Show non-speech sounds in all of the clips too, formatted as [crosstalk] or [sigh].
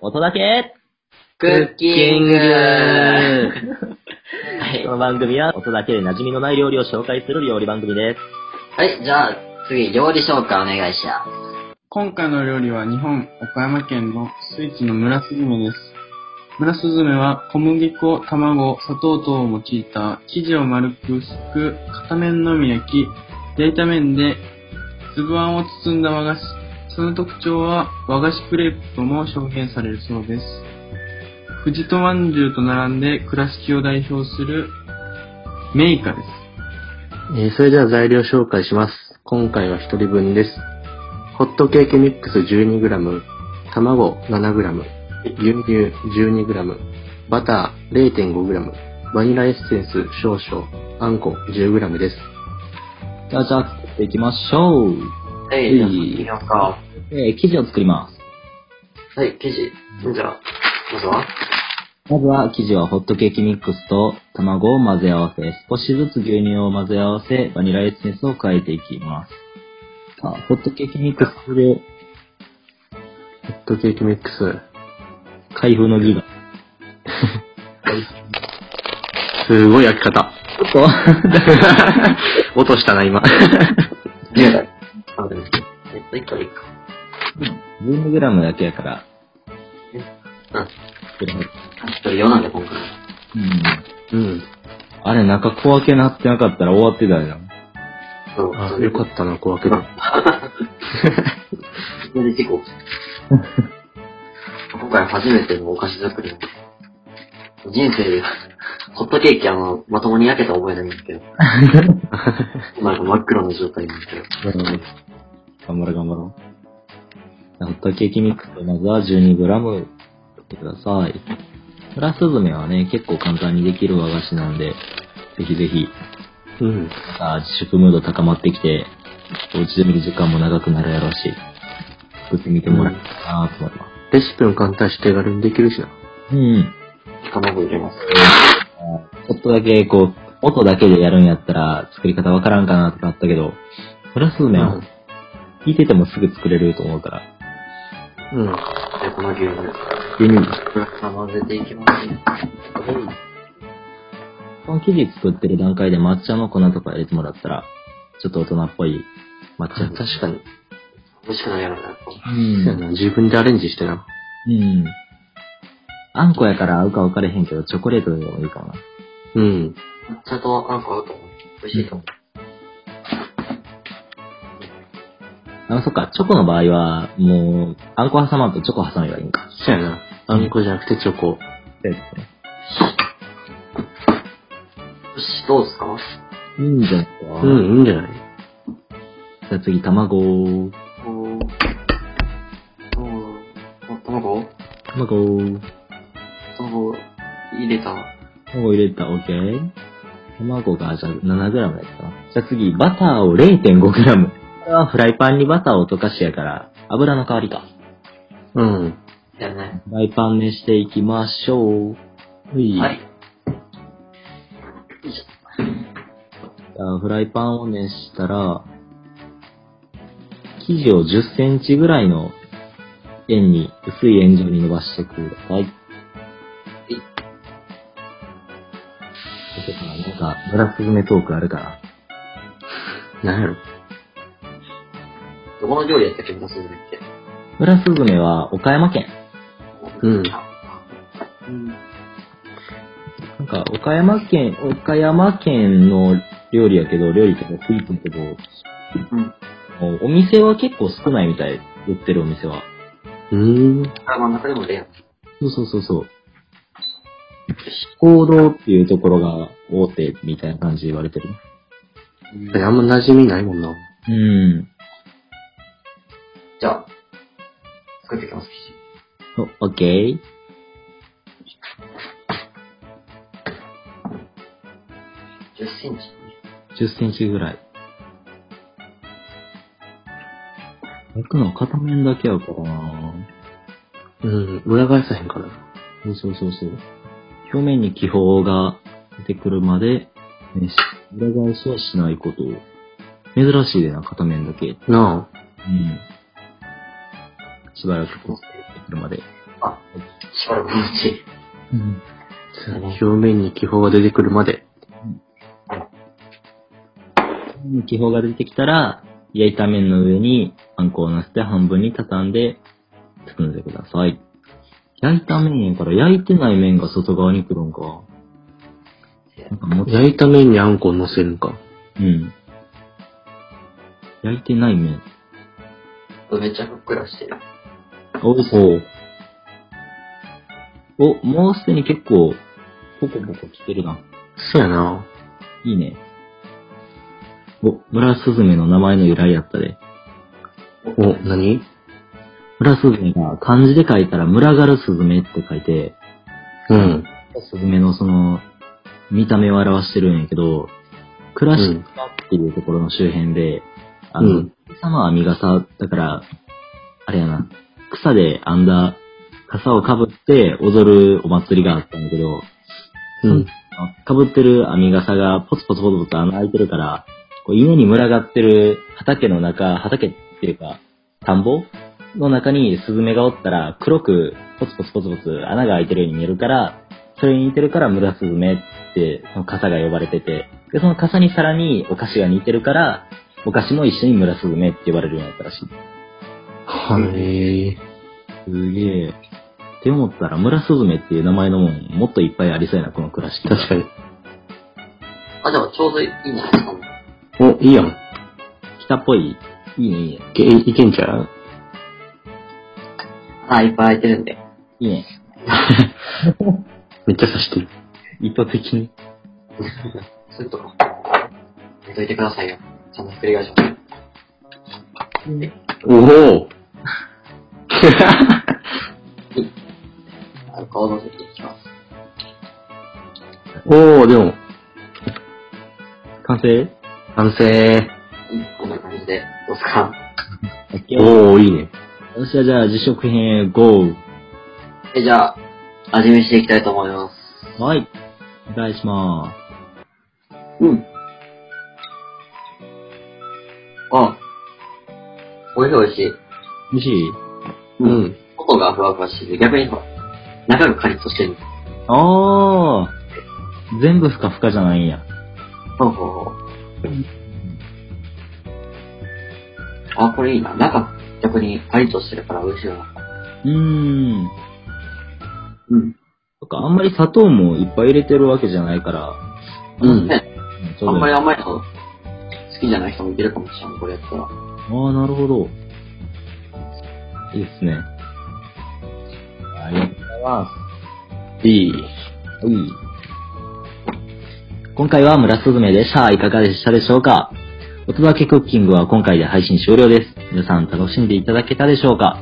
音だけクッキング [laughs] はい、この番組は音だけで馴染みのない料理を紹介する料理番組です。はい、じゃあ次、料理紹介お願いします。今回の料理は日本岡山県のスイーツの村スズメです。村スズメは小麦粉、卵、砂糖等を用いた生地を丸く薄く片面のみ焼き、焼いた面で粒あんを包んだ和菓子、その特徴は和菓子クレープとも表現されるそうです。富士とまんじゅうと並んで倉敷を代表するメイカです。えーそれでは材料紹介します。今回は1人分です。ホットケーキミックス 12g、卵 7g、牛乳 12g、バター 0.5g、バニラエッセンス少々、あんこ 10g です。じゃあ、じゃあ、作っていきましょう。はい、じゃあ作ってみますか。えー、生地を作ります。はい、生地。じゃあ、まずはまずは生地はホットケーキミックスと卵を混ぜ合わせ、少しずつ牛乳を混ぜ合わせ、バニラエッセンスを加えていきます。さあ、ホットケーキミックスでホットケーキミックス。開封の儀が。すごい焼き方。ちょっと [laughs] 落としたな、今。 10代。あ、でも、えっと、1個でいいか。 12g だけやから。うん。うあ1人4なんで、今ん。回。うん。あれ、中小分けなってなかったら終わってたよ。そう、あそ、れよかったな、小分けで。それで事故。今回初めてのお菓子作り。人生で、ホットケーキあの、まともに焼けた覚えないんで [laughs] すけど。なんか真っ黒の状態なんですけど。頑張ろう、頑張ろう。ホットケーキミックス、まずは 12g 取ってください。プラスズメはね、結構簡単にできる和菓子なんで、ぜひぜひ、うん。さあ、自粛ムード高まってきて、お家で見る時間も長くなるやろうし、作ってみてもらえたらなと思います。レシピも簡単し手軽にできるしな。うん。卵入れます。ちょっとだけ、こう、音だけでやるんやったら、作り方わからんかなとかあったけど、プラスズメは、聞いててもすぐ作れると思うから、うん。うん。で、この牛乳。牛乳混ぜていきますね。この生地作ってる段階で抹茶の粉とか入れてもらったら、ちょっと大人っぽい抹茶。確かに。美味しくなるやろうな。うそうやん。な、自分でアレンジしてな。うん。あんこやから合うか分かれへんけど、チョコレートでもいいかもな。うん。ちゃんとなんか合うと思う。美味しいと思う。あ、そっか、チョコの場合は、もう、あんこ挟まんとチョコ挟めばいいんか。そうやな。あんこじゃなくてチョコ。そうですね。よし、どうですかいいんじゃないですか。う。ん、いいんじゃないじゃあ次、卵を。おー。おー。卵卵を。卵入れた。卵入れた、オッケー。卵が、じゃあ 7g やったな。じゃあ次、バターを 0.5g。これはフライパンにバターを溶かしてやから、油の代わりか。うん。やるね。フライパン熱していきましょう。ういはい。じゃあフライパンを熱したら、生地を10センチぐらいの円に、薄い円状に伸ばしてください。はい。なんか、ブラスズメトークあるかななんやろ。どこの料理やったっけ出すんだっけブラスズメは岡山県。うん。うん。なんか、岡山県、岡山県の料理やけど、料理とかスイーツやけど、うん。お店は結構少ないみたい。売ってるお店は。うーん。あ、真ん中でもレア。よそうそうそうそう。行動っていうところが大手みたいな感じで言われてる。あんま馴染みないもんな。うん。じゃあ、作っていきます。お、オッケー。 10センチ。 10センチぐらい。焼くの片面だけやからなうん。裏返さへんからな。そうそうそうそう。表面に気泡が出てくるまで、ねし裏返しはしないことを。珍しいでな、片面だけ。うん。なしばらくこう、出てくるまで。あ、しばらく放置。うん。表面に気泡が出てくるまで。気泡が出てきたら、焼いた麺の上にパン粉を乗せて半分に畳んで包んでください。焼いた麺やから焼いてない麺が外側に来るんか。なんかもう焼いた面にあんこを乗せるんか。うん。焼いてない麺。めっちゃふっくらしてる。おお。お、もうすでに結構、ポコポコ来てるな。そうやな。いいね。お、村スズメの名前の由来やったで。お、何村スズメが漢字で書いたら村がるスズメって書いて、うん。スズメのその、見た目を表してるんやけど、暮らし島っていうところの周辺で、あうの、ん草の編み笠、だから、あれやな、草で編んだ傘をかぶって踊るお祭りがあったんだけど、うん。かぶってる編み笠がポツポツポツポツ穴開いてるから、こう稲に群がってる畑の中、畑っていうか、田んぼの中にスズメがおったら、黒くポツポツポツポツ穴が開いてるように見えるから、それに似てるから村スズメって、その傘が呼ばれてて、で、その傘にさらにお菓子が似てるから、お菓子も一緒に村スズメって呼ばれるようになったらしい。はい。すげえ。って思ったら、村スズメっていう名前のもん、もっといっぱいありそうやな、この倉敷。確かに。あ、でもちょうどいいんじゃないですかもう。お、いいやん。北っぽい。いいね、いいね。いけ、いけんちゃうあ、いっぱい空いてるんで。いいね。めっちゃ刺してる。意図的に。それとか。寝といてくださいよ。そんなひっくり返します。おおあの顔のせていきます。おおでも、完成完成。うん、こんな感じで。どうですかおおいいね。私はじゃあ、辞職編へ GO! え、じゃあ、味見していきたいと思います。はい。お願いしまうん。あ、美味しい美味しい。す。もしいうん。外がふわふわしてて、逆にほら、中がカリッとしてる。あー全部ふかふかじゃないんや。ほうほうほう。あ、これいいな。中、逆にカリッとしてるから美味しいな。うーん。うん。そっか、あんまり砂糖もいっぱい入れてるわけじゃないから。うん。ね、うん、ちあょんうどまいいり甘いの好きじゃない人もいけるかもしれない、これやったら。あー、なるほど。いいですね。ありがとうございます。いい。今回は村すずめでした。いかがでしたでしょうかお届けクッキングは今回で配信終了です。皆さん楽しんでいただけたでしょうか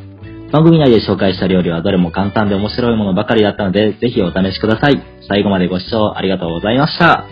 番組内で紹介した料理はどれも簡単で面白いものばかりだったので、ぜひお試しください。最後までご視聴ありがとうございました。